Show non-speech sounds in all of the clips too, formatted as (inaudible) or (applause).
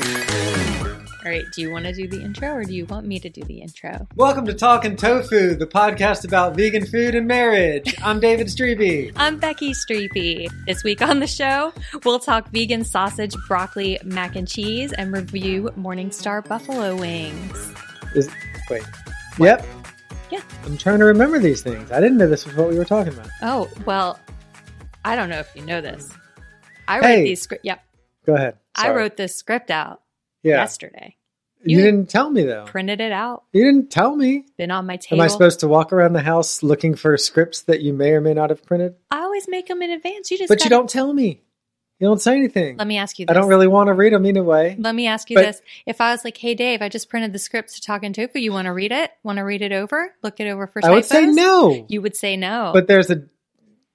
All right, do you want to do the intro or do you want me to do the intro? Welcome to Talking Tofu, the podcast about vegan food and marriage. I'm David Strebe. I'm Becky Streepy. This week on the show, we'll talk vegan sausage, broccoli, mac and cheese, and review Morningstar buffalo wings. Is, wait. Yep. Yeah. I'm trying to remember these things. I didn't know this was what we were talking about. Oh, well, I don't know if you know this. I Hey. wrote these script. Yep. Go ahead. I Sorry. wrote this script out Yeah. yesterday. You, you- didn't tell me though. Printed it out, You didn't tell me. been on my table. Am I supposed to walk around the house looking for scripts that you may or may not have printed? I always make them in advance. You just But you gotta- don't tell me. You don't say anything. Let me ask you I this. don't really want to read them anyway. Let me ask you But- this. If I was like, hey, Dave, I just printed the script to Talking Tofu. You want to read it? Want to read it over? Look it over for I would say typos?" no. You would say no. But there's a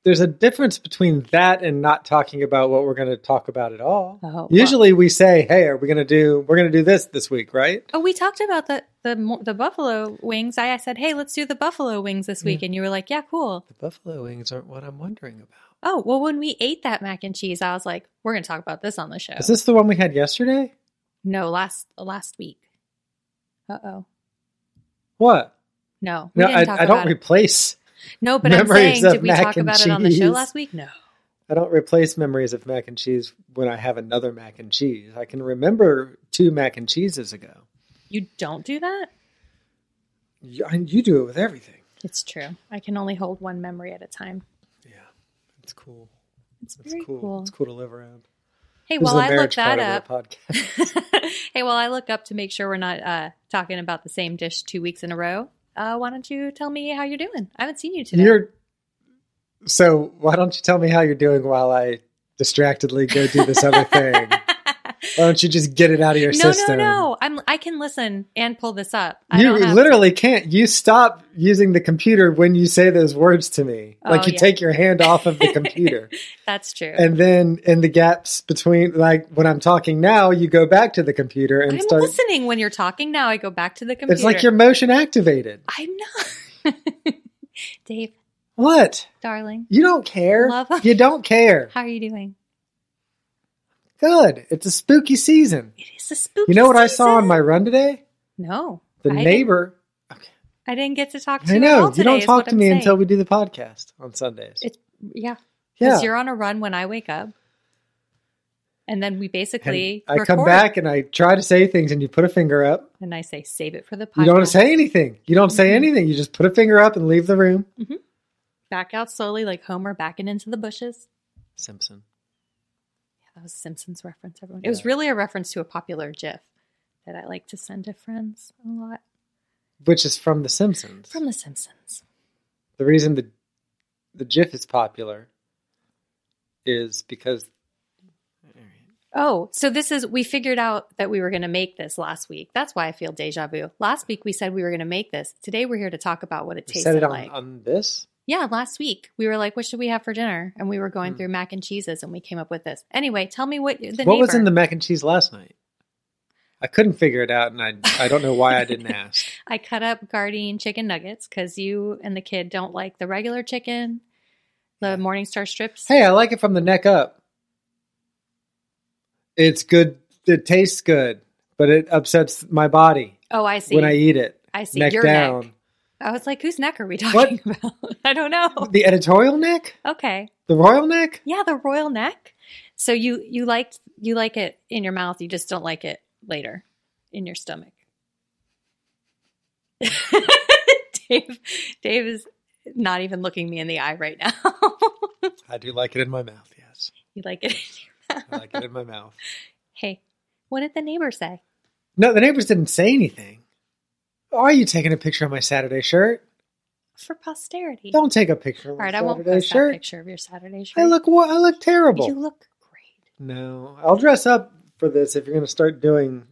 there's a difference between that and not talking about what we're going to talk about at all. Oh, well- Usually we say, "Hey, are we going to do we're going to do this this week, right?" oh, we talked about the, the mo- the buffalo wings. I, I said, hey, let's do the buffalo wings this week. And you were like, yeah, cool. The buffalo wings aren't what I'm wondering about. Oh, well, when we ate that mac and cheese, I was like, we're going to talk about this on the show. Is this the one we had yesterday? no, last last week. Uh oh. What? No, we No, didn't I, talk I about don't it. replace. No, but I'm memories saying, of did we mac talk and about it on the show cheese. last week? No. I don't replace memories of mac and cheese when I have another mac and cheese. I can remember two mac and cheeses ago. You don't do that? You, and you do it with everything. It's true. I can only hold one memory at a time. It's cool. It's It's very cool. cool. It's cool to live around. Hey, This is while the I look marriage that up. part of the podcast. (laughs) hey, while I look up to make sure we're not uh, talking about the same dish two weeks in a row. Uh, why don't you tell me how you're doing? I haven't seen you today. You're so. Why don't you tell me how you're doing while I distractedly go do this (laughs) other thing? Why don't you just get it out of your no, no, system? no. I'm. I can listen and pull this up. I You don't have- literally can't. You stop using the computer when you say those words to me. Oh, like you yeah. take your hand off of the (laughs) computer, That's true. and then in the gaps between, like when I'm talking now, you go back to the computer and I'm start. listening when you're talking. Now I go back to the computer. It's like you're motion activated. I'm not. (laughs) Dave, What? darling, You don't care. Love- You don't (laughs) care. how are you doing? Good. It's a spooky season. It is a spooky. You know what I saw on season. my run today? No. The I didn't- neighbor. I didn't get to talk to I you. at all know you today don't is talk what to I'm me saying. until we do the podcast on Sundays. It's yeah. yeah, Because you're on a run when I wake up. And then we And basically I come record, back and I try to say things, and you put a finger up. and I say save it for the podcast. Mm-hmm. You don't say anything. You don't say anything. You just put a finger up and leave the room. back out slowly like Homer backing into the bushes. Simpson. Yeah, that was a Simpsons reference, everyone. It was really a reference to a popular GIF that I like to send to friends a lot. Which is from The Simpsons. From The Simpsons. the reason the the GIF is popular is because Oh, so this is we figured out that we were gonna make this last week. That's why I feel deja vu. Last week we said we were gonna make this. Today we're here to talk about what it we tastes set it on, like. on this. Yeah, last week we were like, "What should we have for dinner?" And we were going through mac and cheeses, and we came up with this. Anyway, tell me what the Hmm. what was neighbor- in the mac and cheese last night? I couldn't figure it out, and I I don't know why (laughs) I didn't ask. I cut up Guardian chicken nuggets because you and the kid don't like the regular chicken, the Morningstar strips. Hey, I like it from the neck up. It's good. It tastes good, but it upsets my body oh, I see. when I eat it. I see. Neck Your neck. down. I was like, whose neck are we talking (laughs) What? about? I don't know. The editorial neck? Okay. The royal neck? Yeah, the royal neck. So you you liked you like it in your mouth, you just don't like it later in your stomach. (laughs) Dave Dave is not even looking me in the eye right now. (laughs) I do like it in my mouth, yes. you like it. I like it in my mouth. Hey, what did the neighbor say? (laughs) No, the neighbors didn't say anything. Are you taking a picture of my Saturday shirt? For posterity. Don't take a picture of All my right, I Saturday won't post shirt. that picture of your Saturday shirt. I look wa- I look terrible. You look great. no, I'll dress up for this if you're going to start doing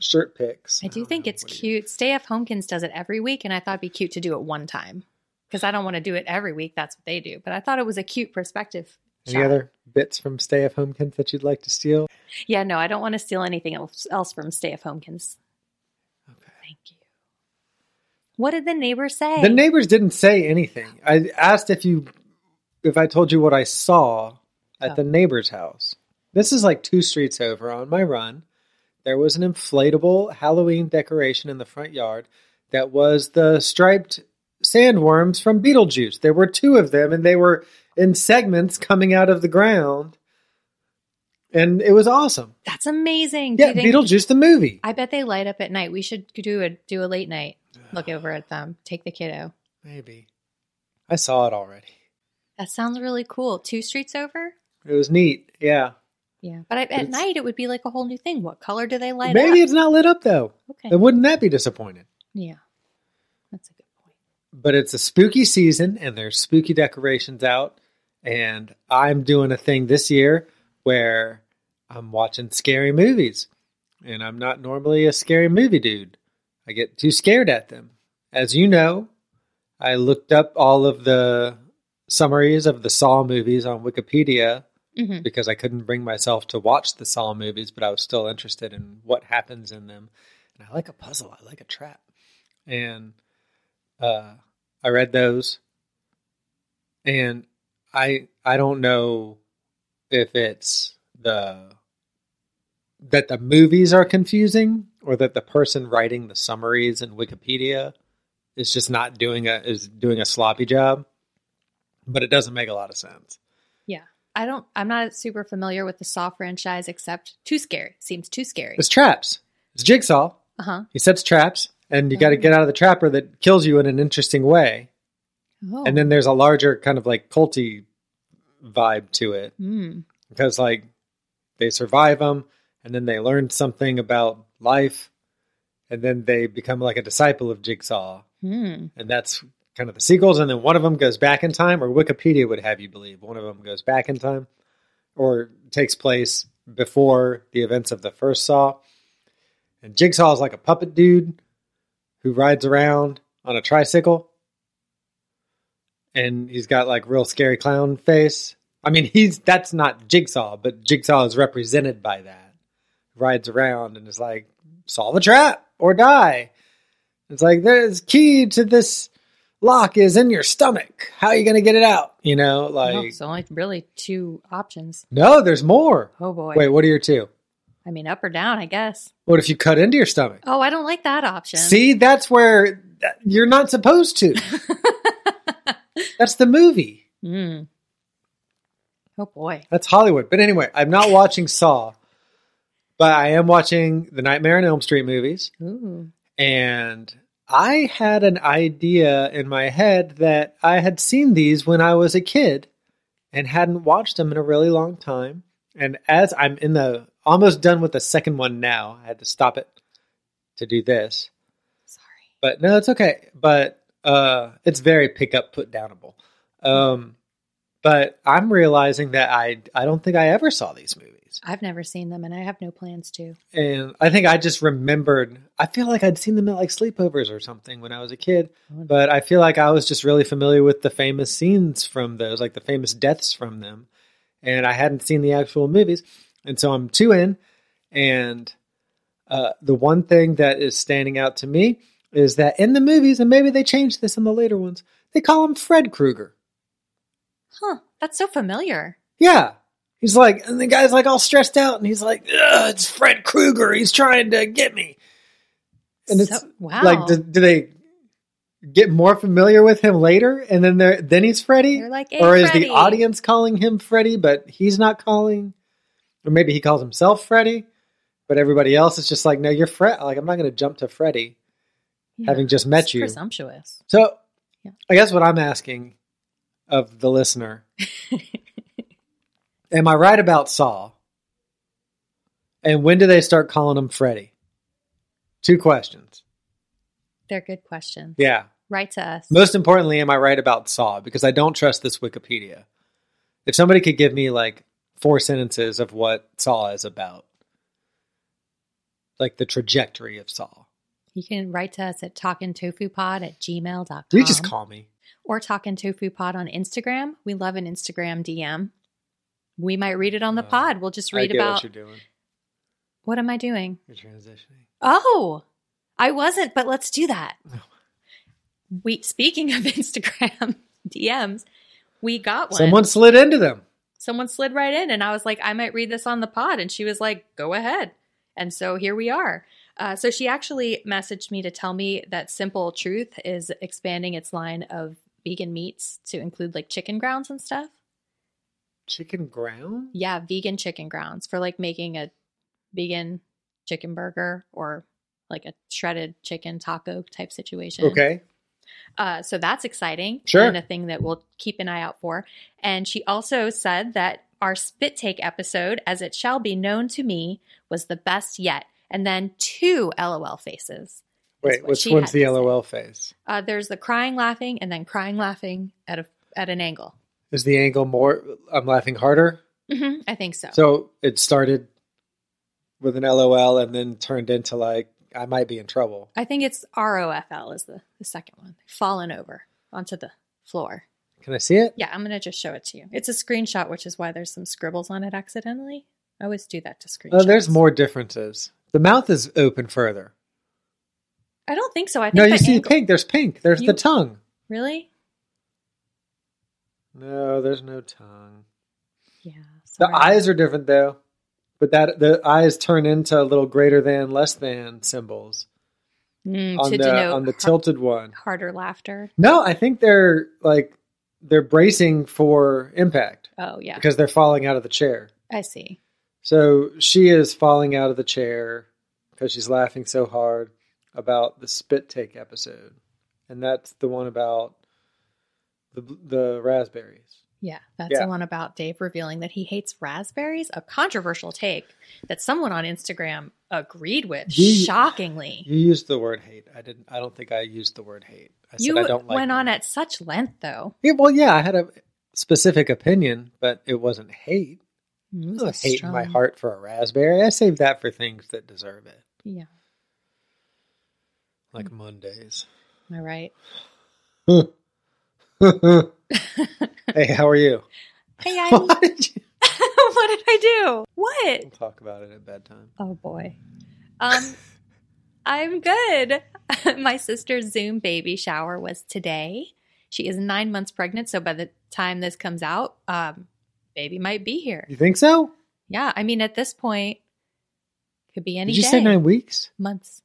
shirt pics. I do don't think know, it's Oh, what do you- cute. Stay F Homekins does it every week, and I thought it'd be cute to do it one time because I don't want to do it every week. That's what they do. But I thought it was a cute perspective. Any shot. other bits from Stay at Homekins that you'd like to steal? Yeah, no, I don't want to steal anything else, else from Stay F Homekins. Okay. Thank you. What did the neighbor say? The neighbors didn't say anything. I asked if you, if I told you what I saw at Oh. the neighbor's house. This is like two streets over on my run. There was an inflatable Halloween decoration in the front yard that was the striped sandworms from Beetlejuice. There were two of them, and they were in segments coming out of the ground, and it was awesome. That's amazing. Do Yeah, you think- Beetlejuice the movie. I bet they light up at night. We should do a do a late (sighs) night look over at them. Take the kiddo. Maybe I saw it already. That sounds really cool. Two streets over. It was neat. Yeah. Yeah, but I, at It's- night it would be like a whole new thing. What color do they light Maybe up? it's not lit up though. Okay. Then wouldn't that be disappointed? yeah, that's a good point. But it's a spooky season and there's spooky decorations out. And I'm doing a thing this year where I'm watching scary movies. And I'm not normally a scary movie dude. I get too scared at them. As you know, I looked up all of the summaries of the Saw movies on Wikipedia Mhm. because I couldn't bring myself to watch the Saw movies, but I was still interested in what happens in them. And I like a puzzle, I like a trap. And uh, I read those, and I I don't know if it's the that the movies are confusing or that the person writing the summaries in Wikipedia is just not doing a is doing a sloppy job, but it doesn't make a lot of sense. Yeah, I don't. I'm not super familiar with the Saw franchise, except too scary. Seems too scary. It's traps. It's jigsaw. Uh huh. He sets traps, and you got to get out of the trapper that kills you in an interesting way. Oh. And then there's a larger kind of like culty vibe to it. Mm. because like they survive them and then they learn something about life and then they become like a disciple of jigsaw Hmm. and that's kind of the sequels and then one of them goes back in time or wikipedia would have you believe one of them goes back in time or takes place before the events of the first saw and jigsaw is like a puppet dude who rides around on a tricycle and he's got like real scary clown face i mean he's that's not jigsaw but jigsaw is represented by that rides around and is like solve a trap or die it's like there's key to this lock is in your stomach how are you going to get it out you know like Oh, so only really two options. no there's more Oh boy. wait what are your two I mean, up or down, I guess. what if you cut into your stomach Oh, I don't like that option. (laughs) See, that's where that- you're not supposed to. that's the movie. Mm. Oh boy. That's Hollywood. But anyway, I'm not watching Saw, but I am watching the Nightmare on Elm Street movies. Ooh. And I had an idea in my head that I had seen these when I was a kid and hadn't watched them in a really long time. And as I'm in the almost done with the second one now, I had to stop it to do this. Sorry. But no, it's okay. But uh, it's very pick up, put downable. Um, but I'm realizing that I I don't think I ever saw these movies, I've never seen them, and I have no plans to. and I think I just remembered. I feel like I'd seen them at like sleepovers or something when I was a kid, but I feel like I was just really familiar with the famous scenes from those, like the famous deaths from them, and I hadn't seen the actual movies, and so I'm two in, and uh, the one thing that is standing out to me is that in the movies, and maybe they changed this in the later ones, they call him Fred Krueger. Huh? That's so familiar. Yeah. He's like, and the guy's like all stressed out, and he's like, Ugh, it's Fred Krueger. He's trying to get me. And it's So- wow. like, do, do they get more familiar with him later, and then there then he's Freddy, You're like, "Hey, or is Freddy." the audience calling him Freddy, but he's not calling, or maybe he calls himself Freddy, but everybody else is just like, no, you're Fred. Like I'm not going to jump to Freddy, having just met It's you. Presumptuous. So, Yeah. I guess what I'm asking of (laughs) the listener, am I right about Saul? And when do they start calling him Freddy? Two questions. They're good questions. Yeah. Write to us. Most importantly, am I right about Saw? Because I don't trust this Wikipedia. If somebody could give me like four sentences of what Saw is about, like the trajectory of Saw, you can write to us at talkingtofupod at gmail.com. you just call me. Or Talkin' Tofu Pod on Instagram. We love an Instagram DM. We might read it on the Uh, pod. We'll just I read get about what you're doing. what am I doing? You're transitioning. Oh, I wasn't, but let's do (laughs) that. We speaking of (laughs) Instagram DMs, we got one. Someone slid into them. Someone slid right in, and I was like, I might read this on the pod, and she was like, Go ahead. And so here we are. Uh, so she actually messaged me to tell me that Simple Truth is expanding its line of vegan meats to include like chicken grounds and stuff. Chicken ground? Yeah, vegan chicken grounds for like making a vegan chicken burger or like a shredded chicken taco type situation. Okay. Uh, so that's exciting. Sure. And a thing that we'll keep an eye out for. And she also said that our spit take episode, as it shall be known to me, was the best yet. And then two LOL faces. Wait, what which she one's had the to say. LOL face? Uh, there's the crying laughing and then crying laughing at a at an angle. Is the angle more? I'm laughing harder. hmm I think so. So it started with an LOL and then turned into like I might be in trouble. I think it's ROFL is the, the second one. Fallen over onto the floor. Can I see it? Yeah, I'm going to just show it to you. It's a screenshot, which is why there's some scribbles on it accidentally. I always do that to screenshots. Oh, there's more differences. The mouth is open further. I don't think so. I think No, the you see angle- pink. There's pink. There's You- the tongue. Really? No, there's no tongue. Yeah. The sorry. eyes are different though, but that the eyes turn into little greater than, less than symbols Mm, on to the denote on the har- tilted one. harder laughter. No, I think they're like they're bracing for impact Oh yeah, because they're falling out of the chair. I see. So she is falling out of the chair because she's laughing so hard about the spit take episode, and that's the one about the the raspberries. Yeah, that's Yeah. the one about Dave revealing that he hates raspberries, a controversial take that someone on Instagram agreed with. You- shockingly, You used the word hate. I didn't. I don't think I used the word hate. I said you I don't like. went on them. at such length, though. Yeah, well, yeah, I had a specific opinion, but it wasn't hate. Mm, I this don't is hate in strong. my heart for a raspberry. I save that for things that deserve it, Yeah, (laughs) like Mondays. (laughs) am I right? hey, how are you? Hey, I, (laughs) Why (laughs) what did you? did I do? What? We'll talk about it at bedtime. Oh boy. (laughs) Um I'm good. (laughs) My sister's Zoom baby shower was today. She is 9 months pregnant, so by the time this comes out, um baby might be here. You think so? Yeah, I mean at this point could be any Did you day. say nine weeks? months.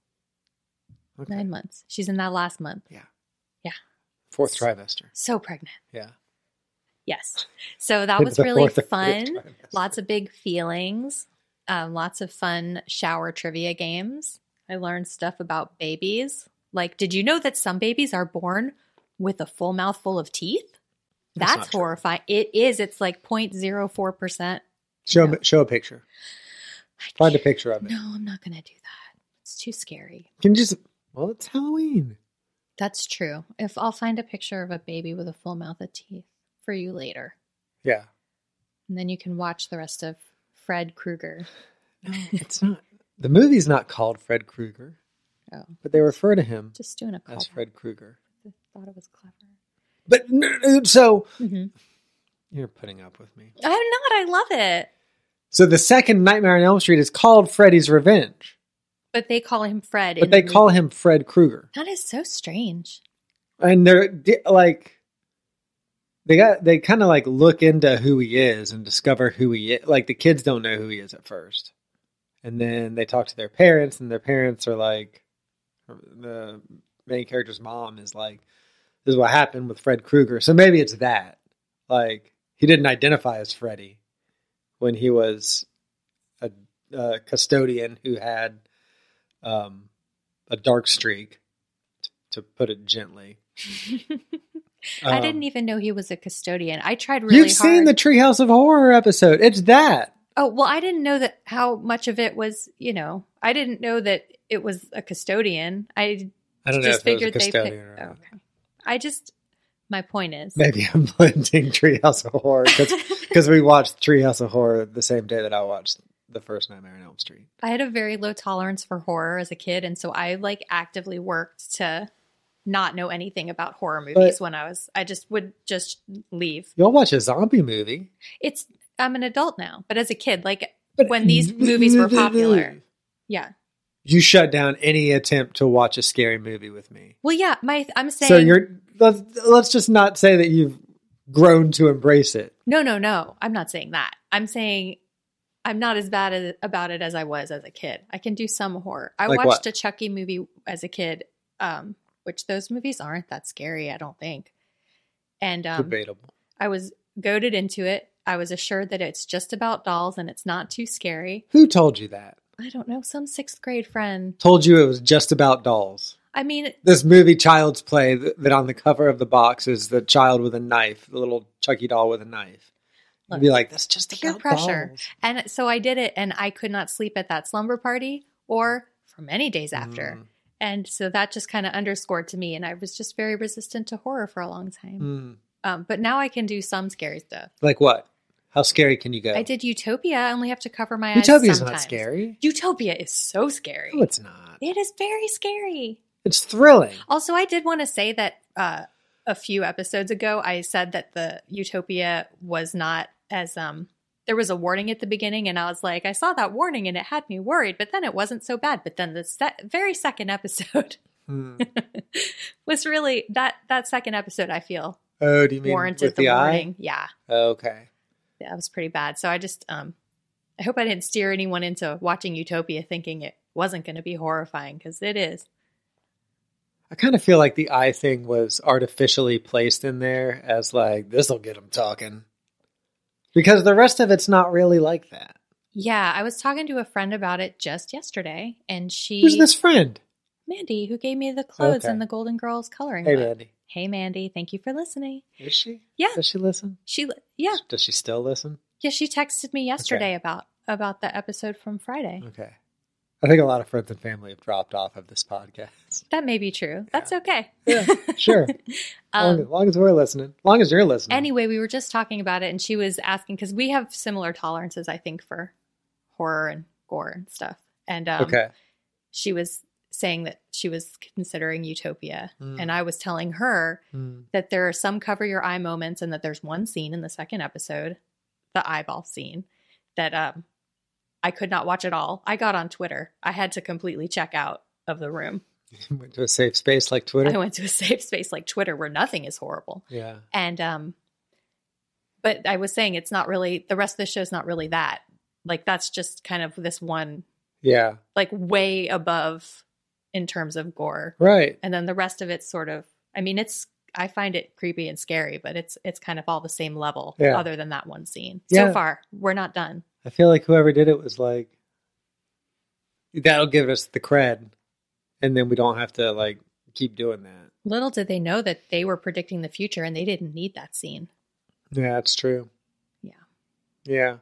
Okay. 9 months. She's in that last month. Yeah. Yeah. Fourth trimester. So pregnant. Yeah. Yes. So that was The really fourth or fifth fun. trimester. Lots of big feelings, um, lots of fun shower trivia games. I learned stuff about babies. Like, did you know that some babies are born with a full mouthful of teeth? That's That's, not true. horrifying. It is. It's like 0.04%. Show me, show a picture. Find a picture of it. No, I'm not going to do that. It's too scary. Can you just? Well, it's Halloween. That's true. If I'll find a picture of a baby with a full mouth of teeth for you later, Yeah. and then you can watch the rest of Fred Krueger. No, (laughs) it's not. The movie's not called Fred Krueger, Oh, but they refer to him just doing a call. as Fred Krueger. thought it was clever. But n- n- so Mhm. you're putting up with me. I'm Oh, not. I love it. So the second Nightmare on Elm Street is called Freddy's Revenge, But they call him Fred. but in they the call movie. him Fred Krueger, That is so strange. and they're di- like they got they kind of like look into who he is and discover who he is. Like the kids don't know who he is at first, and then they talk to their parents, and their parents are like the main character's mom is like, this is what happened with Fred Krueger. So maybe it's that. Like, he didn't identify as Freddy when he was a, a custodian who had um, a dark streak, t- to put it gently. I Um, didn't even know he was a custodian. I tried really You've hard. seen the Treehouse of Horror episode. It's that. oh well, I didn't know that how much of it was. You know, I didn't know that it was a custodian. I I don't know just if it was a figured they. picked- Oh, custodian or not. okay. I just. My point is. Maybe I'm blending Treehouse of Horror (laughs) because we watched Treehouse of Horror the same day that I watched the first Nightmare on Elm Street. I had a very low tolerance for horror as a kid, and so I like actively worked to not know anything about horror movies when I was. I just would just leave. You'll watch a zombie movie. It's I'm an adult now, but as a kid, like But- when these movies were popular, yeah. You shut down any attempt to watch a scary movie with me. Well, yeah. My I'm saying So you're let's, let's just not say that you've grown to embrace it. no, no, no. I'm not saying that. I'm saying I'm not as bad as, about it as I was as a kid. I can do some horror. I Like watched what? a Chucky movie as a kid, um, which those movies aren't that scary. I don't think. And um, Debatable. I was goaded into it. I was assured that it's just about dolls and it's not too scary. Who told you that? I don't know, some sixth grade friend. Told you it was just about dolls. I mean, This movie, Child's Play, th- that on the cover of the box is the child with a knife, the little Chucky doll with a knife. You'd be like, that's just peer about pressure. dolls. And so I did it, and I could not sleep at that slumber party or for many days after. Mm. And so that just kind of underscored to me. And I was just very resistant to horror for a long time. Mm. Um, but now I can do some scary stuff. Like what? How scary can you go? I did Utopia. I only have to cover my eyes. Utopia's not sometimes. scary. Utopia is so scary. No, it's not. it is very scary. It's thrilling. Also, I did want to say that uh, a few episodes ago, I said that the Utopia was not as um. There was a warning at the beginning, and I was like, I saw that warning, and it had me worried. But then it wasn't so bad. But then the se- very second episode Hmm. (laughs) was really that that second episode. I feel Oh, do you mean warranted with the, eye? warning. Yeah, Okay. that was pretty bad. So I just um, I hope I didn't steer anyone into watching Utopia thinking it wasn't going to be horrifying because it is. I kind of feel like the eye thing was artificially placed in there as like this will get them talking, because the rest of it's not really like that. Yeah, I was talking to a friend about it just yesterday, and she Who's this friend? Mandy, who gave me the clothes Okay. and the Golden Girls coloring Hey, book. Mandy. Hey, Mandy, thank you for listening. Is she? Yeah. Does she listen? She, li- yeah, Does she still listen? yeah. She texted me yesterday about about the episode from Friday. Okay. I think a lot of friends and family have dropped off of this podcast. That may be true. That's okay. (laughs) Yeah, (laughs) sure. Um, long, as long as we're listening, long as you're listening. Anyway, we were just talking about it, and she was asking because we have similar tolerances, I think, for horror and gore and stuff. And um, okay. she was saying that she was considering Utopia, Mm. and I was telling her Hmm. (laughs) that there are some cover your eye moments and that there's one scene in the second episode the eyeball scene that um i could not watch at all i got on twitter i had to completely check out of the room Went to a safe space like Twitter. i went to a safe space like twitter where nothing is horrible yeah. and um but i was saying it's not really the rest of the show's not really that like that's just kind of this one Yeah. like way above in terms of gore Right. and then the rest of it's sort of i mean it's i find it creepy and scary but it's it's kind of all the same level Yeah. other than that one scene so Yeah. far we're not done I feel like whoever did it was like, that'll give us the cred, and then we don't have to like keep doing that. little did they know that they were predicting the future and they didn't need that scene Yeah, that's true. Yeah. Yeah.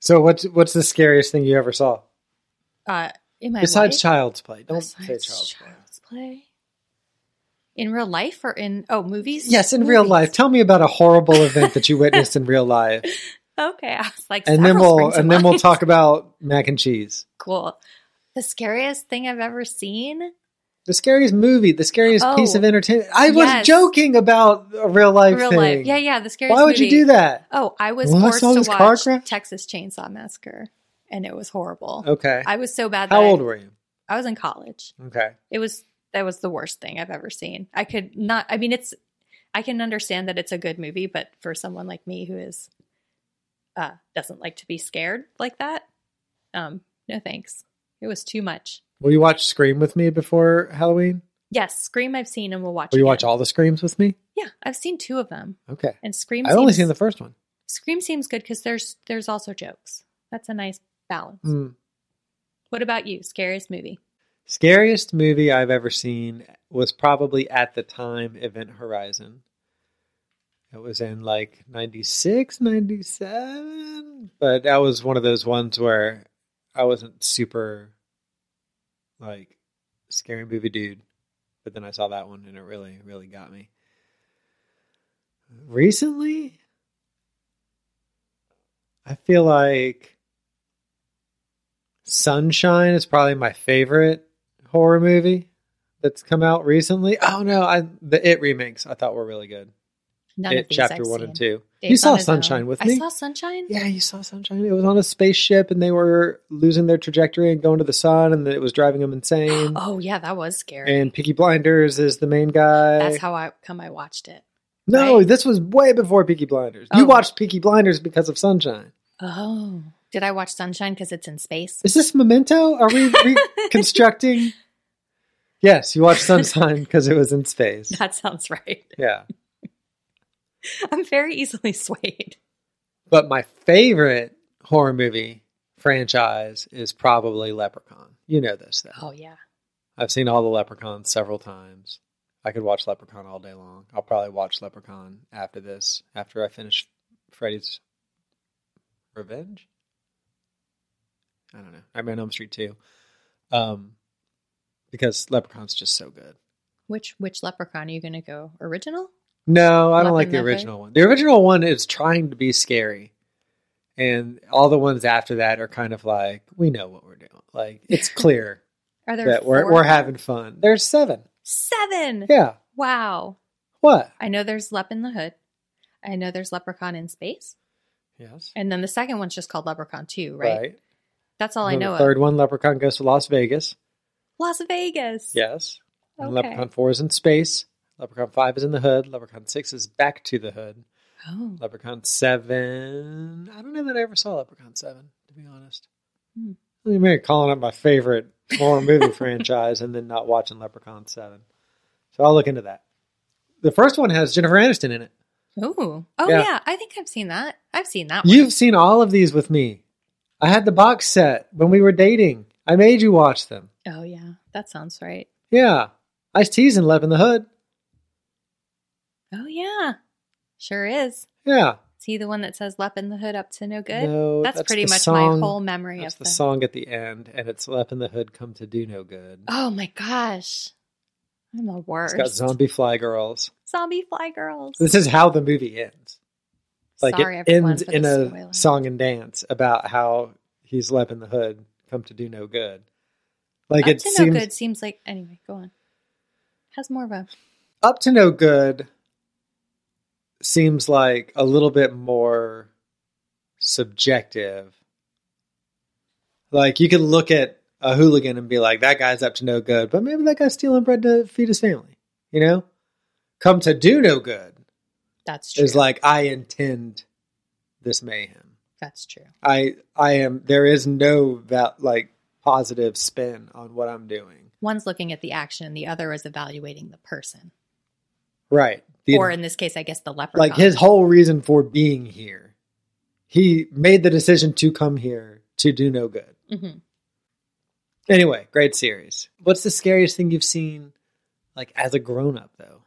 So what's what's the scariest thing you ever saw uh in my besides life- Child's Play? Don't say besides Child's Play. child's play in real life or in oh movies Yes, in real Movies. life. Tell me about a horrible event that you witnessed in (laughs) real life, okay i was like and then several we'll springs to and then we'll mind. talk about mac and cheese. (laughs) cool the scariest thing i've ever seen The scariest movie, the scariest piece Oh. of entertainment. I was Yes. joking about a real life real thing. life yeah yeah the scariest Why would you movie. do that? Oh, I was Well, I forced saw to this car watch crash. Texas Chainsaw Massacre, and it was horrible. Okay. I was so bad. That How old I, were you? I was in college. Okay. It was that was the worst thing I've ever seen. I could not. I mean, it's. I can understand that it's a good movie, but for someone like me who is, uh, doesn't like to be scared like that, um, no thanks. It was too much. Will you watch Scream with me before Halloween? Yes, Scream I've seen and we'll watch. Will you again. watch all the screams with me? Yeah, I've seen two of them, Okay. and Scream. I've only seems- seen the first one. Scream seems good because there's there's also jokes. That's a nice balance. Mm. What about you? Scariest movie? Scariest movie I've ever seen was probably at the time Event Horizon. It was in like 96, 97. But that was one of those ones where I wasn't super like scary movie dude. But then I saw that one and it really, really got me. Recently, I feel like Sunshine is probably my favorite horror movie that's come out recently. Oh no, I the It remakes I thought were really good. None it of these chapter I've one seen. and two. you Dave's saw on his own. Sunshine with um, I me. saw Sunshine. yeah, you saw Sunshine. It was on a spaceship and they were losing their trajectory and going to the sun and it was driving them insane. (gasps) Oh yeah, that was scary. and Peaky Blinders is the main guy. That's how I come I watched it. no, right? this was way before Peaky Blinders. Oh. You watched Peaky Blinders because of Sunshine. Oh, did I watch Sunshine because it's in space? (laughs) Is this Memento? Are we reconstructing? yes, you watched Sunshine because it was in space. (laughs) That sounds right. Yeah. I'm very easily (laughs) swayed. But my favorite horror movie franchise is probably Leprechaun. You know this, though. Oh yeah, I've seen all the Leprechauns several times. I could watch Leprechaun all day long. I'll probably watch Leprechaun after this, after I finish Freddy's Revenge. I don't know. Nightmare on Elm Street 2. Um, because Leprechaun's just so good. which which leprechaun are you going to go original? No, I don't Nothing like the that big? original one. The original one is trying to be scary. And all the ones after that are kind of like, we know what we're doing. Like, (laughs) it's clear Are there that we're, four? we're having fun. There's seven. seven? Yeah. Wow. What? I know there's Lep in the Hood. I know there's Leprechaun in Space. Yes. And then the second one's just called Leprechaun 2, right? That's all I And know The of. third one, Leprechaun goes to Las Vegas. Las Vegas. Yes. And Okay. Leprechaun 4 is in space. Leprechaun 5 is in the hood. Leprechaun 6 is back to the hood. Oh. Leprechaun 7. I don't know that I ever saw Leprechaun 7, to be honest. Hmm. What do you mean calling up my favorite horror movie (laughs) franchise and then not watching Leprechaun 7? So I'll look into that. The first one has Jennifer Aniston in it. Ooh. Oh, Yeah. yeah. I think I've seen that. I've seen that one. You've seen all of these with me. I had the box set when we were dating. I made you watch them. Oh, yeah. That sounds right. Yeah. Ice T's in Lep in the Hood. Oh, yeah. Sure is. Yeah. Is he the one that says Lep in the Hood up to no good? No, that's, that's pretty the much song. my whole memory That's of the song at the end, and it's Lep in the Hood come to do no good. Oh, my gosh. I'm the worst. It's got zombie fly girls. Zombie fly girls. This is how the movie ends. Like Sorry, it everyone, ends for in the a spoiler. song and dance about how he's Lep in the Hood come to do no good. Like up it to seems no good seems like. Anyway, go on. Has more of a. up to no good seems like a little bit more subjective. Like you can look at a hooligan and be like, that guy's up to no good, but maybe that guy's stealing bread to feed his family. You know? Come to do no good That's true. is like I intend this mayhem. That's true. I I am there is no that like positive spin on what I'm doing. One's looking at the action, the other is evaluating the person. Right. The- or in this case, I guess the leprechaun. like his whole reason for being here he made the decision to come here to do no good Mhm. anyway great series what's the scariest thing you've seen like as a grown-up though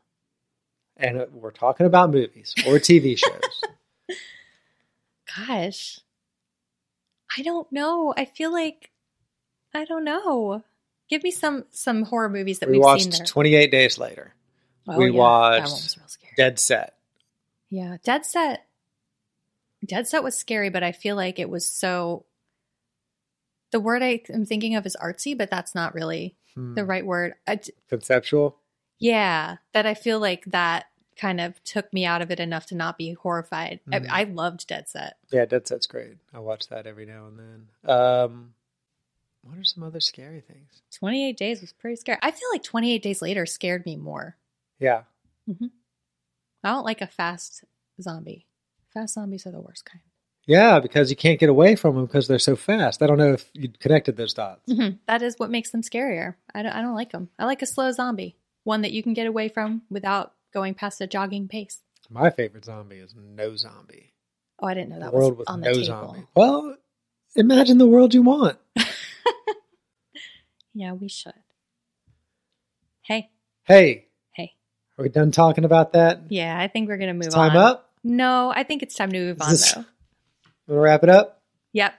and uh, we're talking about movies or (laughs) tv shows Gosh, I don't know. I feel like I don't know. Give me some some horror movies that we have watched seen there. Oh, 28 days later we yeah, watched that one was real scary. dead set yeah, Dead Set. Dead Set was scary, but I feel like it was so. The word I am thinking of is artsy, but that's not really Hmm. the right word. I, conceptual Yeah, that I feel like that kind of took me out of it enough to not be horrified. Mhm. I, I loved Dead Set. yeah dead set's great i watch that every now and then um what are some other scary things 28 Days was pretty scary. I feel like 28 Days Later scared me more. yeah Mm-hmm. I don't like a fast zombie. Fast zombies are the worst kind. Yeah, because you can't get away from them because they're so fast. I don't know (laughs) if you connected those dots. Mm-hmm. That is what makes them scarier. I don't, I don't like them. I like a slow zombie. one that you can get away from without going past a jogging pace. My favorite zombie is No Zombie. Oh, I didn't know that world was with on no the table. zombie. Well, imagine the world you want. Yeah, we should. Hey, Hey, hey. are we done talking about that? Yeah, I think we're gonna move It's time on. up. No, I think it's time to move Is on this- though. You want to wrap it up? Yep.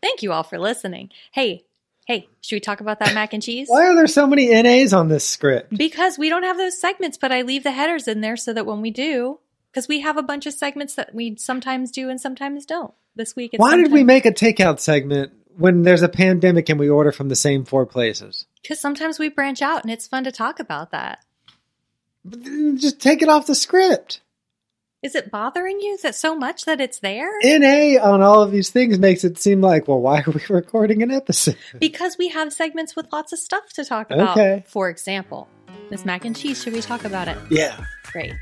Thank you all for listening. Hey, hey, should we talk about that mac and cheese? Why are there so many NAs on this script? Because we don't have those segments, but I leave the headers in there so that when we do, because we have a bunch of segments that we sometimes do and sometimes don't. This week, it's Why did we sometime- make a takeout segment when there's a pandemic and we order from the same four places? Because sometimes we branch out and it's fun to talk about that. But then Just take it off the script. Is it bothering you that so much that it's there? NA on all of these things makes it seem like, well, why are we (laughs) recording an episode? because we have segments with lots of stuff to talk about. Okay. For example, this mac and cheese, should we talk about it? Yeah. Great.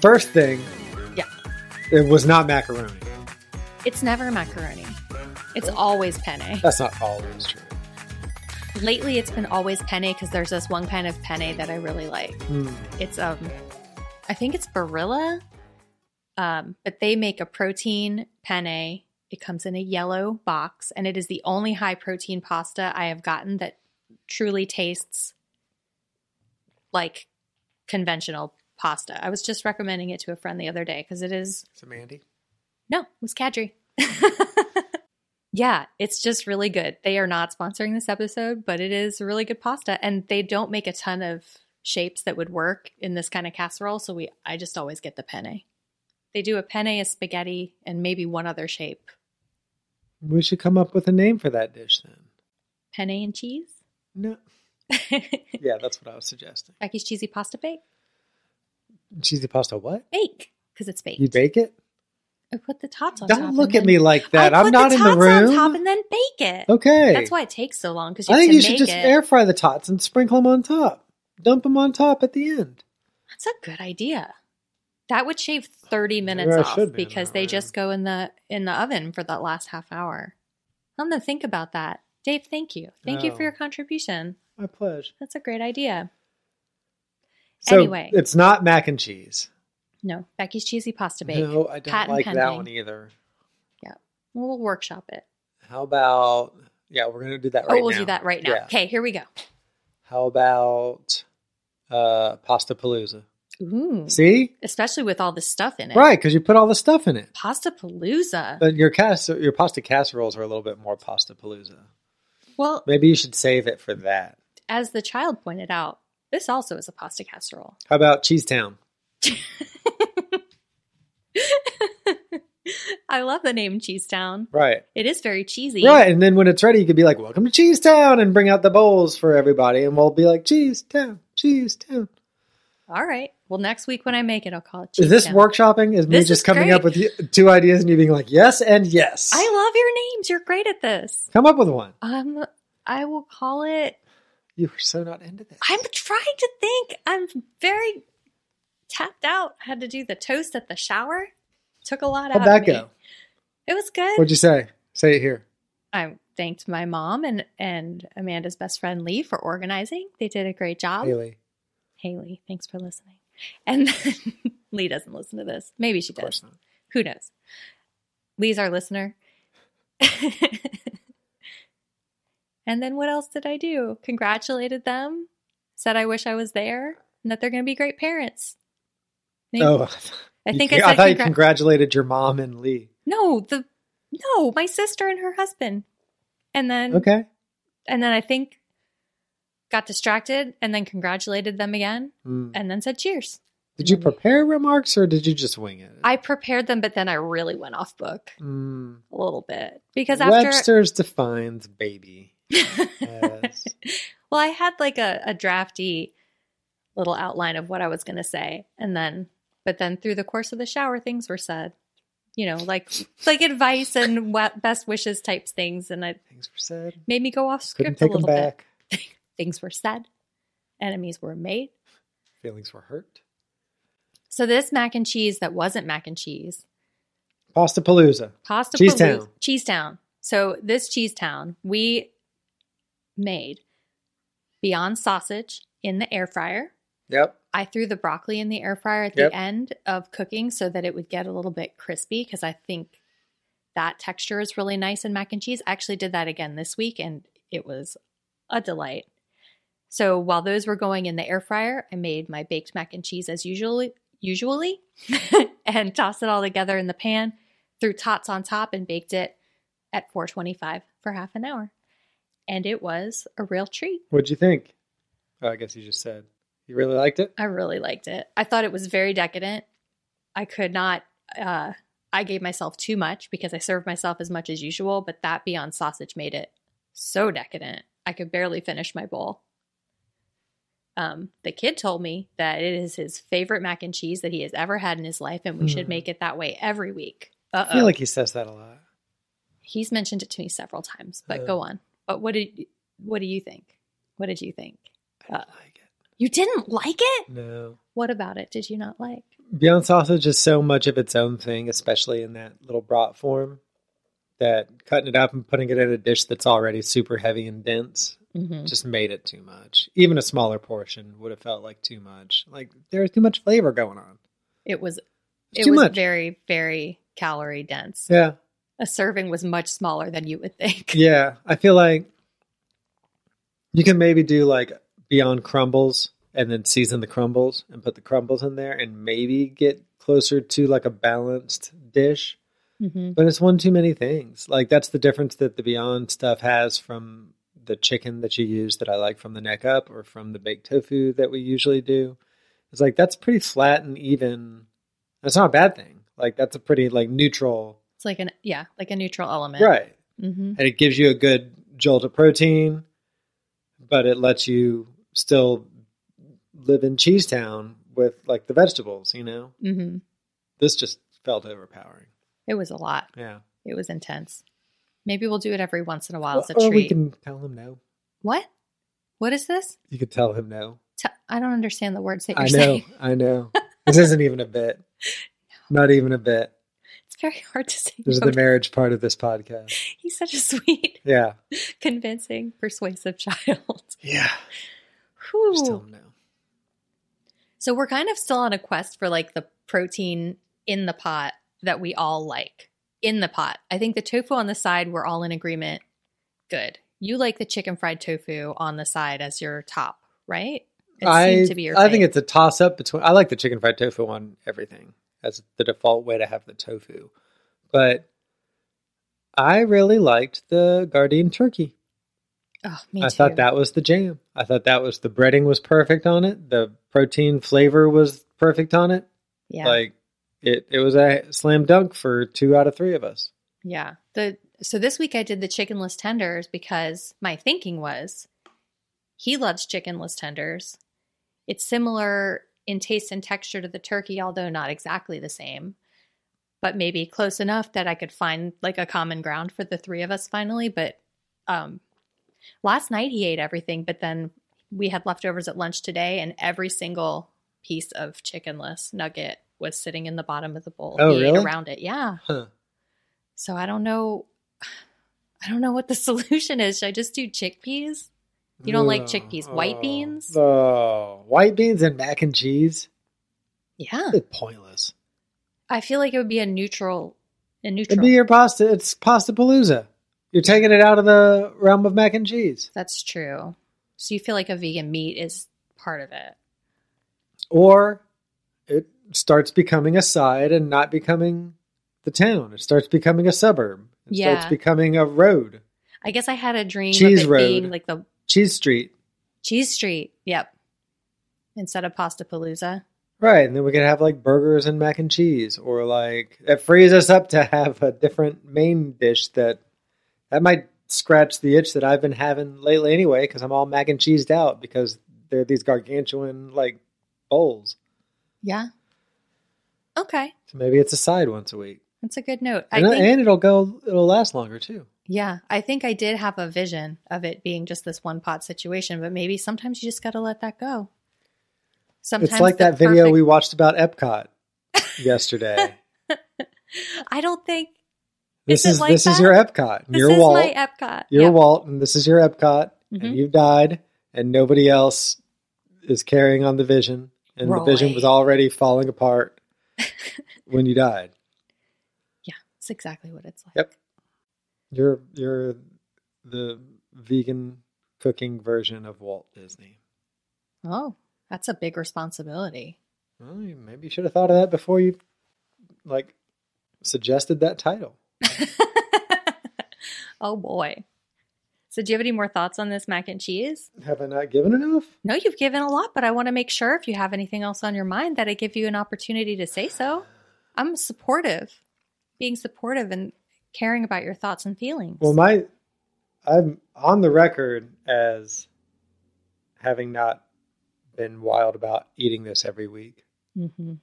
First thing, Yeah. it was not macaroni. It's never macaroni. It's always penne. That's not always true. Lately, it's been always penne because there's this one kind of penne that I really like. Hmm. It's um, I think it's Barilla, um, but they make a protein penne. It comes in a yellow box, and it is the only high protein pasta I have gotten that truly tastes like conventional pasta. I was just recommending it to a friend the other day because it is So Mandy, no, it was Kadri. (laughs) yeah, it's just really good. They are not sponsoring this episode, but it is really good pasta, and they don't make a ton of shapes that would work in this kind of casserole. So we, I just always get the penne. They do a penne, a spaghetti, and maybe one other shape. we should come up with a name for that dish then. Penne and cheese. (laughs) No. (laughs) Yeah, that's what I was suggesting. Becky's cheesy pasta bake. Cheesy pasta, what? Bake because it's baked. You bake it? I put the tots on. top Don't and look at then- me like that. I I'm put not in the tots on room. top and then bake it. okay. That's why it takes so long because you I have think to you should make just it. air fry the tots and sprinkle them on top. Dump them on top at the end. That's a good idea. That would shave 30 minutes I off should be in because that they room. just go in the in the oven for that last half hour. I'm going to think about that. Dave, thank you. Thank you for Oh. your contribution. My pleasure. That's a great idea. So Anyway. it's not mac and cheese. No, Becky's cheesy pasta bake. No, I don't Patent like that pending. one e- either. Yeah. We'll workshop it. How about yeah, we're gonna do that oh, right we'll now. do that right now. Yeah. Okay, here we go. How about uh pasta palooza? Ooh. See? Especially with all the stuff in it. Right, because you put all the stuff in it. Pasta palooza. But your cas- your pasta casseroles are a little bit more pasta palooza. Well, Maybe you should save it for that. as the child pointed out, this also is a pasta casserole. How about Cheesetown? (laughs) I love the name Cheesetown. Right. It is very cheesy. Right, and then when it's ready, you could be like, "Welcome to Cheese Town," and bring out the bowls for everybody, and we'll be like, "Cheese Town, Cheese Town." All right. Well, next week when I make it, I'll call it Cheesetown. Is this workshopping? Is me This just is coming great. up with y- two ideas and you being like, "Yes and yes"? I love your names. You're great at this. Come up with one. Um, I will call it. You were so not into this. I'm trying to think. I'm very tapped out. I had to do the toast at the shower. Took a lot How'd out of that me. go? It was good. What'd you say? Say it here. I thanked my mom and and Amanda's best friend Lee for organizing. They did a great job. Haley. Haley, thanks for listening. And then, (laughs) Lee doesn't listen to this. Maybe she Of course does. not. Who knows? Lee's our listener. (laughs) and then what else did I do? Congratulated them, said I wish I was there, and that they're going to be great parents. I think- Oh, (laughs) I think you, I said thought you congra- congratulated your mom and Lee. no, the no, my sister and her husband. And then Okay. and then I think got distracted and then congratulated them again Mm. and then said cheers. Did you prepare remarks or did you just wing it? I prepared them but then I really went off book Mm. a little bit because after Webster's (laughs) defines baby. Yes. Well, I had like a, a drafty little outline of what I was going to say. And then, but then through the course of the shower, things were said, you know, like, like advice and wa- best wishes types things. And it Things were said. made me go off Couldn't script a take them little bit. back. Things were said, enemies were made. Feelings were hurt. So this mac and cheese that wasn't mac and cheese, Pasta Palooza. pasta Cheesetown. Cheese Town. So this cheese town we made Beyond sausage in the air fryer. Yep. I threw the broccoli in the air fryer at Yep. the end of cooking so that it would get a little bit crispy because I think that texture is really nice in mac and cheese. I actually did that again this week and it was a delight. So while those were going in the air fryer, I made my baked mac and cheese as usually usually (laughs) and tossed it all together in the pan, threw tots on top and baked it at 425 for half an hour. And it was a real treat. What'd you think? Oh, I guess you just said you really liked it. I really liked it. I thought it was very decadent. I could not. Uh, I gave myself too much because I served myself as much as usual, but that Beyond sausage made it so decadent. I could barely finish my bowl. Um, the kid told me that it is his favorite mac and cheese that he has ever had in his life, and we should Hmm. make it that way every week. Uh I oh. feel like he says that a lot. He's mentioned it to me several times, but go Uh. on. But what did what do you think? What did you think? I didn't Uh, like it. You didn't like it? No. What about it did you not like? Beyond sausage is so much of its own thing, especially in that little brat form, that cutting it up and putting it in a dish that's already super heavy and dense Mm-hmm. just made it too much. Even a smaller portion would have felt like too much. Like there's too much flavor going on. It was It's it too was much. very very calorie dense. Yeah. A serving was much smaller than you would think. Yeah, I feel like you can maybe do like Beyond Crumbles and then season the crumbles and put the crumbles in there and maybe get closer to like a balanced dish. Mhm. But it's one too many things. Like that's the difference that the Beyond stuff has from the chicken that you use that I like from the neck up or from the baked tofu that we usually do. It's like that's pretty flat and even. That's not a bad thing. Like that's a pretty like neutral, It's like an yeah, like a neutral element. right? hmm and it gives you a good jolt of protein, but it lets you still live in Cheesetown with like the vegetables, you know? hmm This just felt overpowering. It was a lot. Yeah. It was intense. Maybe we'll do it every once in a while as a or we treat. can tell him no. What? What is this? You could tell him no. T- I don't understand the words that you're I know. saying. (laughs) I know. this isn't even a bit. Not even a bit. It's very hard to say. This is no the to- marriage part of this podcast. He's such a sweet, (laughs) Yeah. convincing, persuasive child. Yeah. Whew. Just tell him no. So we're kind of still on a quest for like the protein in the pot that we all like in the pot. I think the tofu on the side, we're all in agreement. Good. You like the chicken fried tofu on the side as your top, right? It I, seemed to be your I think fave. it's a toss up between. I like the chicken fried tofu on everything as the default way to have the tofu, but I really liked the Guardian turkey. Oh, me I too. thought that was the jam. I thought that was the breading was perfect on it. The protein flavor was perfect on it. yeah, Like it, it was a slam dunk for two out of three of us. yeah. The so this week I did the chickenless tenders because my thinking was he loves chickenless tenders. It's similar in taste and texture to the turkey, although not exactly the same, but maybe close enough that I could find like a common ground for the three of us finally. But um, last night he ate everything, but then we had leftovers at lunch today, and every single piece of chickenless nugget was sitting in the bottom of the bowl. Oh, he really? ate around it, yeah. Huh. So I don't know. I don't know what the (laughs) solution is. Should I just do chickpeas? You don't like chickpeas, white beans? Oh, white beans and mac and cheese. Yeah. It's pointless. I feel like it would be a neutral, a neutral. It'd be your pasta. It's pasta palooza. You're taking it out of the realm of mac and cheese, That's true. So you feel like a vegan meat is part of it. or it starts becoming a side and not becoming the town. It starts becoming a suburb. It Yeah. starts becoming a road, I guess I had a dream Cheese of it road. being like the cheese street, cheese street. Yep. Instead of pasta palooza. right? And then we could have like burgers and mac and cheese, or like it frees us up to have a different main dish that that might scratch the itch that I've been having lately anyway, because I'm all mac and cheesed out because they're these gargantuan like bowls. Yeah. Okay. So maybe it's a side once a week. That's a good note. I And, uh, think and it'll go it'll last longer too. yeah, I think I did have a vision of it being just this one pot situation, but maybe sometimes you just got to let that go. Sometimes it's like the that video perfect- (laughs) we watched about Epcot yesterday. I don't think This Is it is, like this is that? your Epcot. This your is Walt. my Epcot. You're yeah. Walt, and this is your Epcot, and Mhm. you've died, and nobody else is carrying on the vision, and the vision Roy. was already (laughs) falling apart when you died. It's exactly what it's like. Yep. You're you're the vegan cooking version of Walt Disney. Oh, that's a big responsibility. (laughs) Well, you maybe you should have thought of that before you like suggested that title. oh boy. So, do you have any more thoughts on this mac and cheese? Have I not given enough? No, you've given a lot, but I want to make sure if you have anything else on your mind that I give you an opportunity to say so. I'm supportive, being supportive and caring about your thoughts and feelings. Well, my I'm on the record as having not been wild about eating this every week. hmm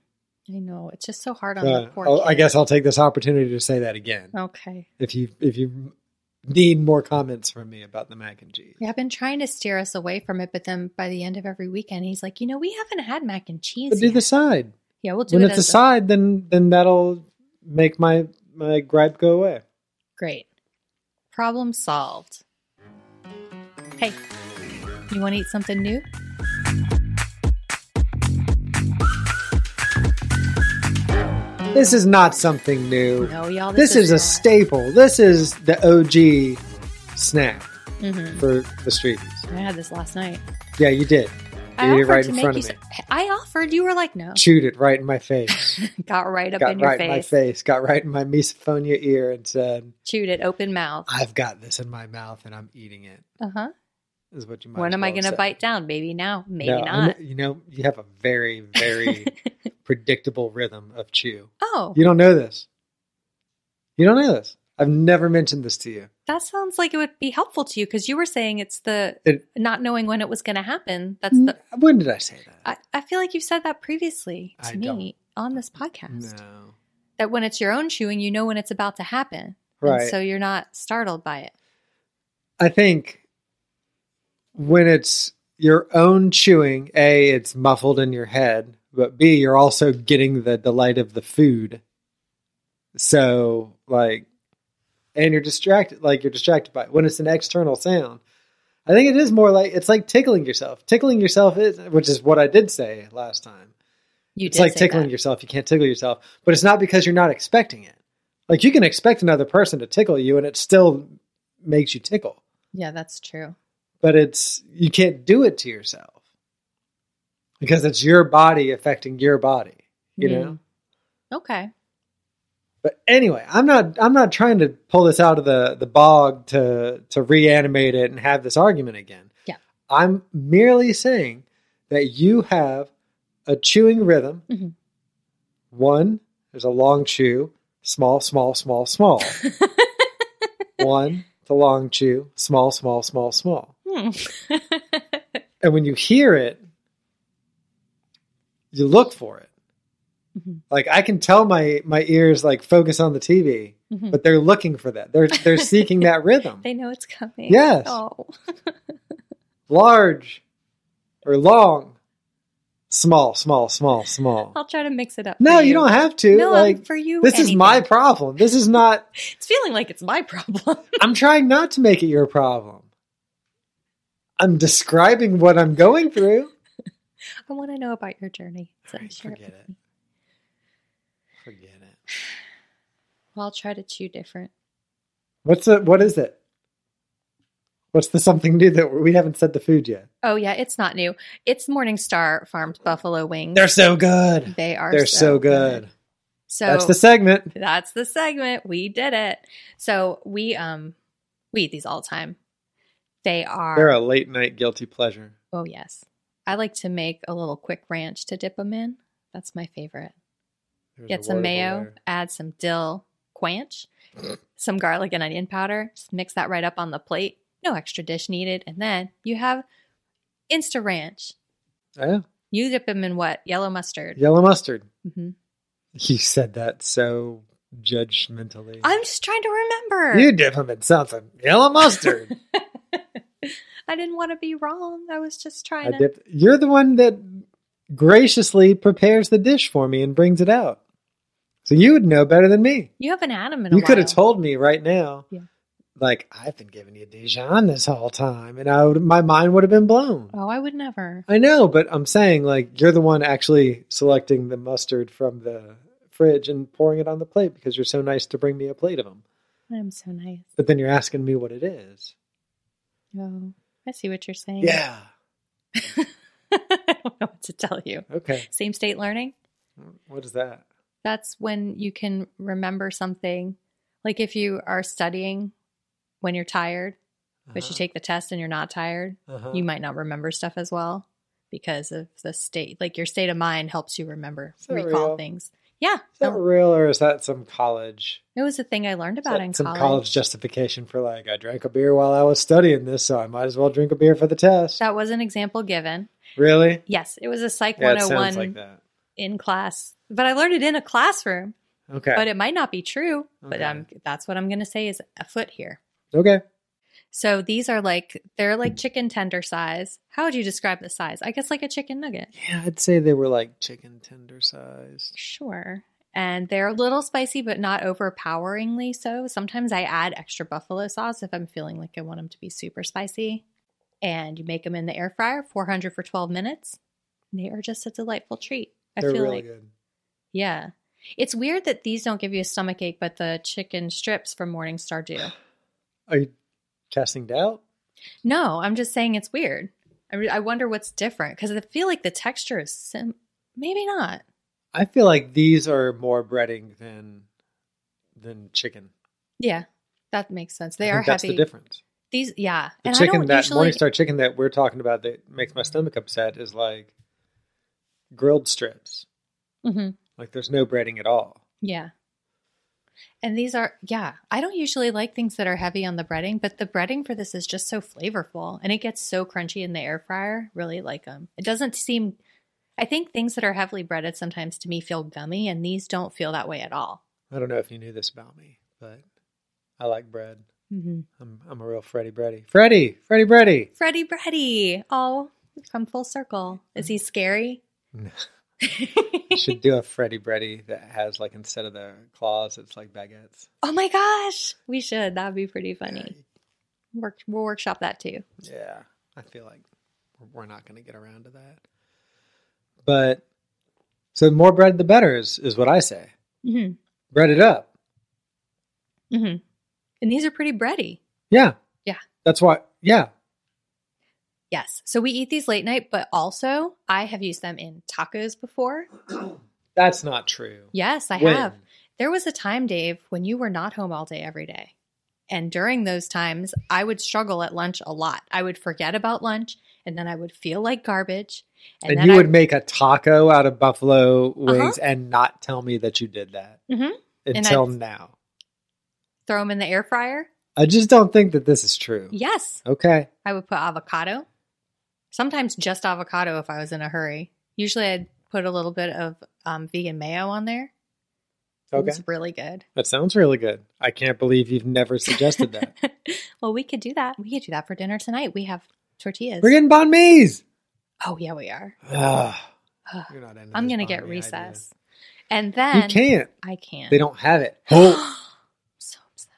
I know it's just so hard on So, the poor. I'll- uh, oh, I kid. guess I'll take this opportunity to say that again. Okay. If you if you need more comments from me about the mac and cheese, Yeah, I've been trying to steer us away from it, but then by the end of every weekend, he's like, you know, we haven't had mac and cheese. but do Yet. the side. yeah, we'll do When it it's a as a- side, then then that'll make my my gripe go away. Great. Problem solved. Hey, you want to eat something new? This is not something new. No, y'all. this is a staple. This is the OG snack Mm-hmm. for the streeties. I had this last night. Yeah, you did. I You did it offered right to in make front you. of me. s- I offered. You were like, no. Chewed it right in my face. (laughs) Got right (laughs) up got in your right in my face. face. Got right in my misophonia ear and said, Chewed it open mouth. "I've got this in my mouth and I'm eating it." Uh huh. Is what you might. When as am I well going to say. bite down? Maybe now. Maybe No, I'm- (laughs) not. you know, you have a very, (laughs) very predictable rhythm of chew. Oh, You don't know this. You don't know this. I've never mentioned this to you. that sounds like it would be helpful to you because you were saying it's the It- not knowing when it was going to happen. That's the. when did I say that? I, I feel like you've said that previously to I me don't. on this podcast. no. that when it's your own chewing, you know when it's about to happen. And Right. so you're not startled by it. I think when it's your own chewing, A, it's muffled in your head, but B, you're also getting the delight of the food. So, like, and you're distracted, like, you're distracted by it. When it's an external sound, I think it is more like it's like tickling yourself. Tickling yourself is, which is what I did say last time. You it's like tickling yourself. You can't tickle yourself, but it's not because you're not expecting it. Like, you can expect another person to tickle you, and it still makes you tickle Yeah, that's true. but it's you can't do it to yourself because it's your body affecting your body you know Okay. but anyway i'm not i'm not trying to pull this out of the the bog to to reanimate it and have this argument again Yeah. i'm merely saying that you have a chewing rhythm Mhm. one there's a long chew small small small small one the long chew small small small small Hmm. (laughs) and when you hear it, you look for it. Mhm. Like I can tell my my ears like focus on the TV, Mhm. but they're looking for that. They're (laughs) they're seeking that rhythm. they know it's coming. Yes. Oh. Large or long, small, small, small, small. I'll try to mix it up. No, Oh, for you don't have to. No, like for you, This is my anything. problem. This is not. It's feeling like it's my problem. (laughs) I'm trying not to make it your problem. I'm describing what I'm going (laughs) through. I want to know about your journey. So All right, share it forget with it. me. Forget it. Well, I'll try to chew different. What's the what is it? What's the something new that we haven't said the food yet? Oh yeah, it's not new. It's Morningstar farmed buffalo wings. They're so good. They are They're so, good. So That's the segment. That's the segment. We did it. So we um we eat these all the time. They are They're a late night guilty pleasure. oh yes. I like to make a little quick ranch to dip them in. That's my favorite. There's Get a some word mayo, over add some dill quench, some garlic and onion powder, just mix that right up on the plate. No extra dish needed, and then you have Insta Ranch. there. Oh, Yeah. You dip them in what? Yellow mustard. Yellow mustard. hmm You said that so judgmentally. I'm just trying to remember. (laughs) you dip them in something. (laughs) Yellow mustard. I didn't want to be wrong. I was just I trying to. dipped. You're the one that graciously prepares the dish for me and brings it out. So you would know better than me. You haven't had them in a You could while. have told me right now. Yeah. Like I've been giving you Dijon this whole time, and I would my mind would have been blown. Oh, I would never. I know, but I'm saying like you're the one actually selecting the mustard from the fridge and pouring it on the plate because you're so nice to bring me a plate of them. I'm so nice. But then you're asking me what it is. Oh, I see what you're saying. Yeah. (laughs) I don't know what to tell you. Okay. Same state learning. What is that? That's when you can remember something. Like if you are studying when you're tired, but you take the test and you're not tired, Uh-huh. you might not remember stuff as well because of the state. Like your state of mind helps you remember, Is that recall real? things. Yeah. Is that No, real or is that some college? it was a thing I learned is Oh. about that in some college. justification for like I drank a beer while I was studying this, so I might as well drink a beer for the test. That was an example given. really? Yes, it was a Psych Yeah, it sounds 101 like that. in class, but I learned it in a classroom. Okay. but it might not be true. But Okay. um, that's what I'm going to say is a foot here. okay. So these are like they're like chicken tender size. How would you describe the size? I guess like a chicken nugget. Yeah, I'd say they were like chicken tender sized. Sure. And they're a little spicy, but not overpoweringly so. Sometimes I add extra buffalo sauce if I'm feeling like I want them to be super spicy. And you make them in the air fryer, 400 for 12 minutes. And they are just a delightful treat. I They're feel really like good. yeah. It's weird that these don't give you a stomach ache, but the chicken strips from Morningstar do. Are you casting doubt? No, I'm just saying it's weird. I, re- I wonder what's different because I feel like the texture is sim- maybe not. I feel like these are more breading than than chicken. Yeah, that makes sense. They I are think that's heavy. the difference. These, yeah, The and I chicken don't that usually. Morningstar chicken that we're talking about that makes my stomach upset is like grilled strips. Mhm, Like there's no breading at all. yeah, and these are yeah. I don't usually like things that are heavy on the breading, but the breading for this is just so flavorful, and it gets so crunchy in the air fryer. Really like them. It doesn't seem. I think things that are heavily breaded sometimes to me feel gummy, and these don't feel that way at all. I don't know if you knew this about me, but I like bread. Mm-hmm. I'm I'm a real Freddy Breddy. Freddy, Freddy Breddy. Freddy Breddy. Oh, we've come full circle. Is he scary? I should do a Freddy Breddy that has like instead of the claws, it's like baguettes. (laughs) oh my gosh. We should. That'd be pretty funny. Work, we'll workshop that too. Yeah, I feel like we're- we're not going to get around to that. But so the more bread, the better is is what I say. Mhm. Bread it up. hmm And these are pretty bready. Yeah, Yeah. that's why. Yeah, Yes. So we eat these late night, but also I have used them in tacos before. that's not true. Yes, I When? have. There was a time, Dave, when you were not home all day every day. And during those times, I would struggle at lunch a lot. I would forget about lunch and then I would feel like garbage. And, then you I- Uh-huh. would make a taco out of buffalo wings and not tell me that you did that Mhm. And until I'd- now. throw them in the air fryer. I just don't think that this is true. Yes, Okay. I would put avocado. Sometimes just avocado if I was in a hurry. Usually I'd put a little bit of um, vegan mayo on there. Okay. It's really good. (laughs) That sounds really good. I can't believe you've never suggested that. well, we could do that. We could do that for dinner tonight. We have tortillas. We're getting banh mi's. oh, yeah, we are. Ugh. Ugh. You're not into I'm this going to banh get mi recess. And idea. then You can't. I can't. They don't have it. Oh, so upset.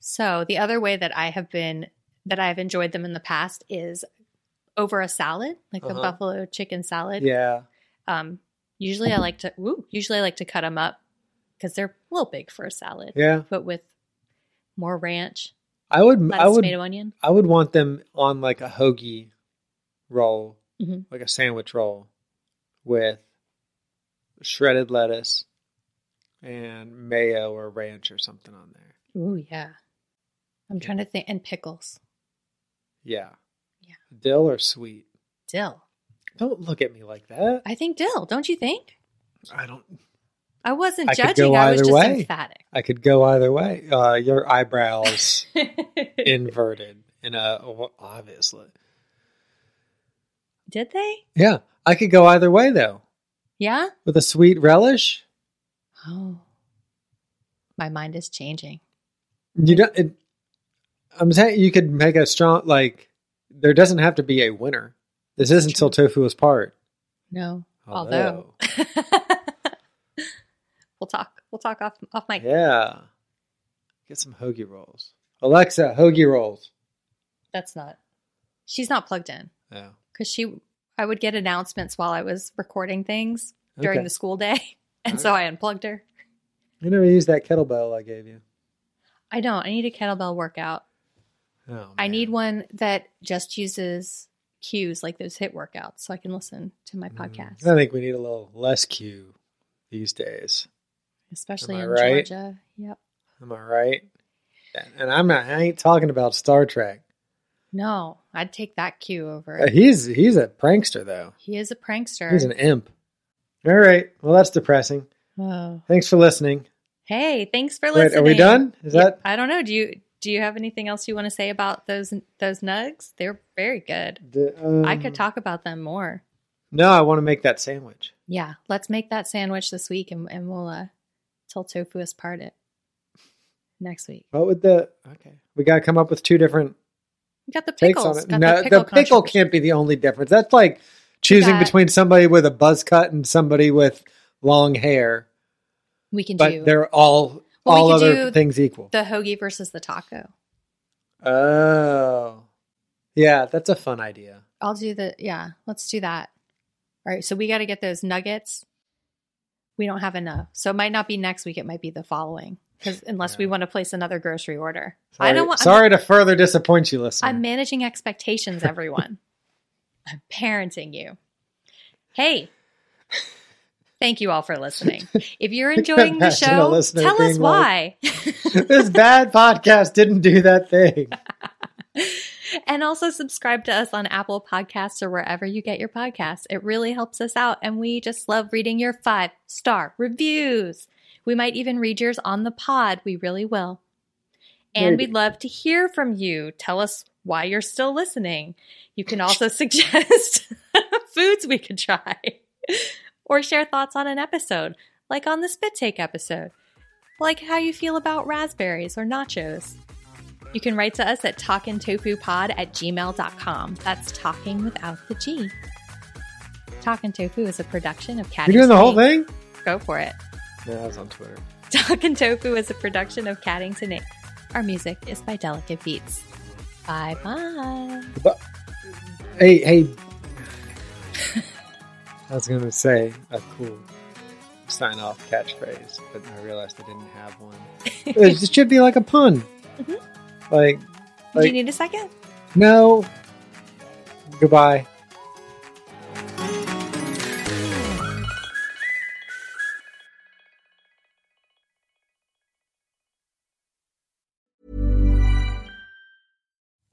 So the other way that I have been that I've enjoyed them in the past is over a salad, like the Uh-huh. buffalo chicken salad. yeah. Um, usually I like to woo, usually I like to cut them up because they're a little big for a salad. Yeah. But with more ranch, I would. lettuce, I would. tomato, onion. I would want them on like a hoagie roll, Mhm. like a sandwich roll with shredded lettuce and mayo or ranch or something on there. Ooh, yeah. I'm trying to think, and pickles, Yeah. Yeah. Dill or sweet? dill. Don't look at me like that. I think dill. Don't you think? I don't I wasn't I could judging. go I was either just way. emphatic. (laughs) I could go either way. Uh, your eyebrows inverted in a well, obviously. Did they? Yeah, I could go either way though. Yeah. With a sweet relish, Oh, my mind is changing. you don't. It, I'm saying you could make a strong like. There doesn't have to be a winner. This isn't till tofu is part. No, although (laughs) Although. we'll talk. We'll talk off off mic. Yeah. Get some hoagie rolls. Alexa, hoagie rolls. That's not. She's not plugged in Yeah. because she. I would get announcements while I was recording things during Okay. the school day, (laughs) and so I unplugged her. You never used that kettlebell I gave you. I don't. I need a kettlebell workout. Oh, I man. need one that just uses cues like those hit workouts, so I can listen to Mm. my podcast, I think we need a little less cue these days. especially am I in right? Georgia. Yep. Am I right? And I'm not. I ain't talking about Star Trek. No, I'd take that cue over. Uh, He's he's a prankster though. He is a prankster. He's an imp. All right. Well, that's depressing. oh. Thanks for listening. Hey, thanks for Wait, listening. are we done? Is Yeah, that I don't know. Do you do you have anything else you want to say about those those nugs? They're very good. the, um, I could talk about them more. No, I want to make that sandwich. Yeah, let's make that sandwich this week, and, and we'll uh, tell tofu us part it next week. What would the? Okay, we got to come up with two different We got the takes pickles. on it. Got no, the pickle, controversy. can't be the only difference. That's like choosing got- between somebody with a buzz cut and somebody with long hair, We can but do they're all Well, we all could other do things equal. the hoagie versus the taco. oh, yeah, that's a fun idea. I'll do the yeah. Let's do that. All right. So we got to get those nuggets. We don't have enough, so it might not be next week. It might be the following because unless we want to place another grocery order, Sorry, I don't want. I'm sorry to further disappoint you, listener. I'm managing (laughs) expectations, everyone. I'm parenting you. Hey, thank you all for listening. If (laughs) you're enjoying the Imagine a show, listener tell us being like- why. this bad podcast didn't do that thing. and also subscribe to us on Apple Podcasts or wherever you get your podcasts. It really helps us out. And we just love reading your five star reviews. We might even read yours on the pod. We really will. And Maybe. we'd love to hear from you. Tell us why you're still listening. You can also (laughs) suggest (laughs) foods we could try or share thoughts on an episode, like on the spit take episode, like how you feel about raspberries or nachos. You can write to us at talkingtofupod at gmail.com. That's talking without the G. Talkin' Tofu is a production of Cat You're doing the whole thing? Go for it. (laughs) No, I was on Twitter. Talkin' Tofu is a production of Caddington Inc. Our music is by Delicate Beats. Bye bye. But, hey, hey. I was going to say a cool sign off catchphrase, but I realized I didn't have one. it should be like a pun. Like, Do like you need a second? no. Goodbye.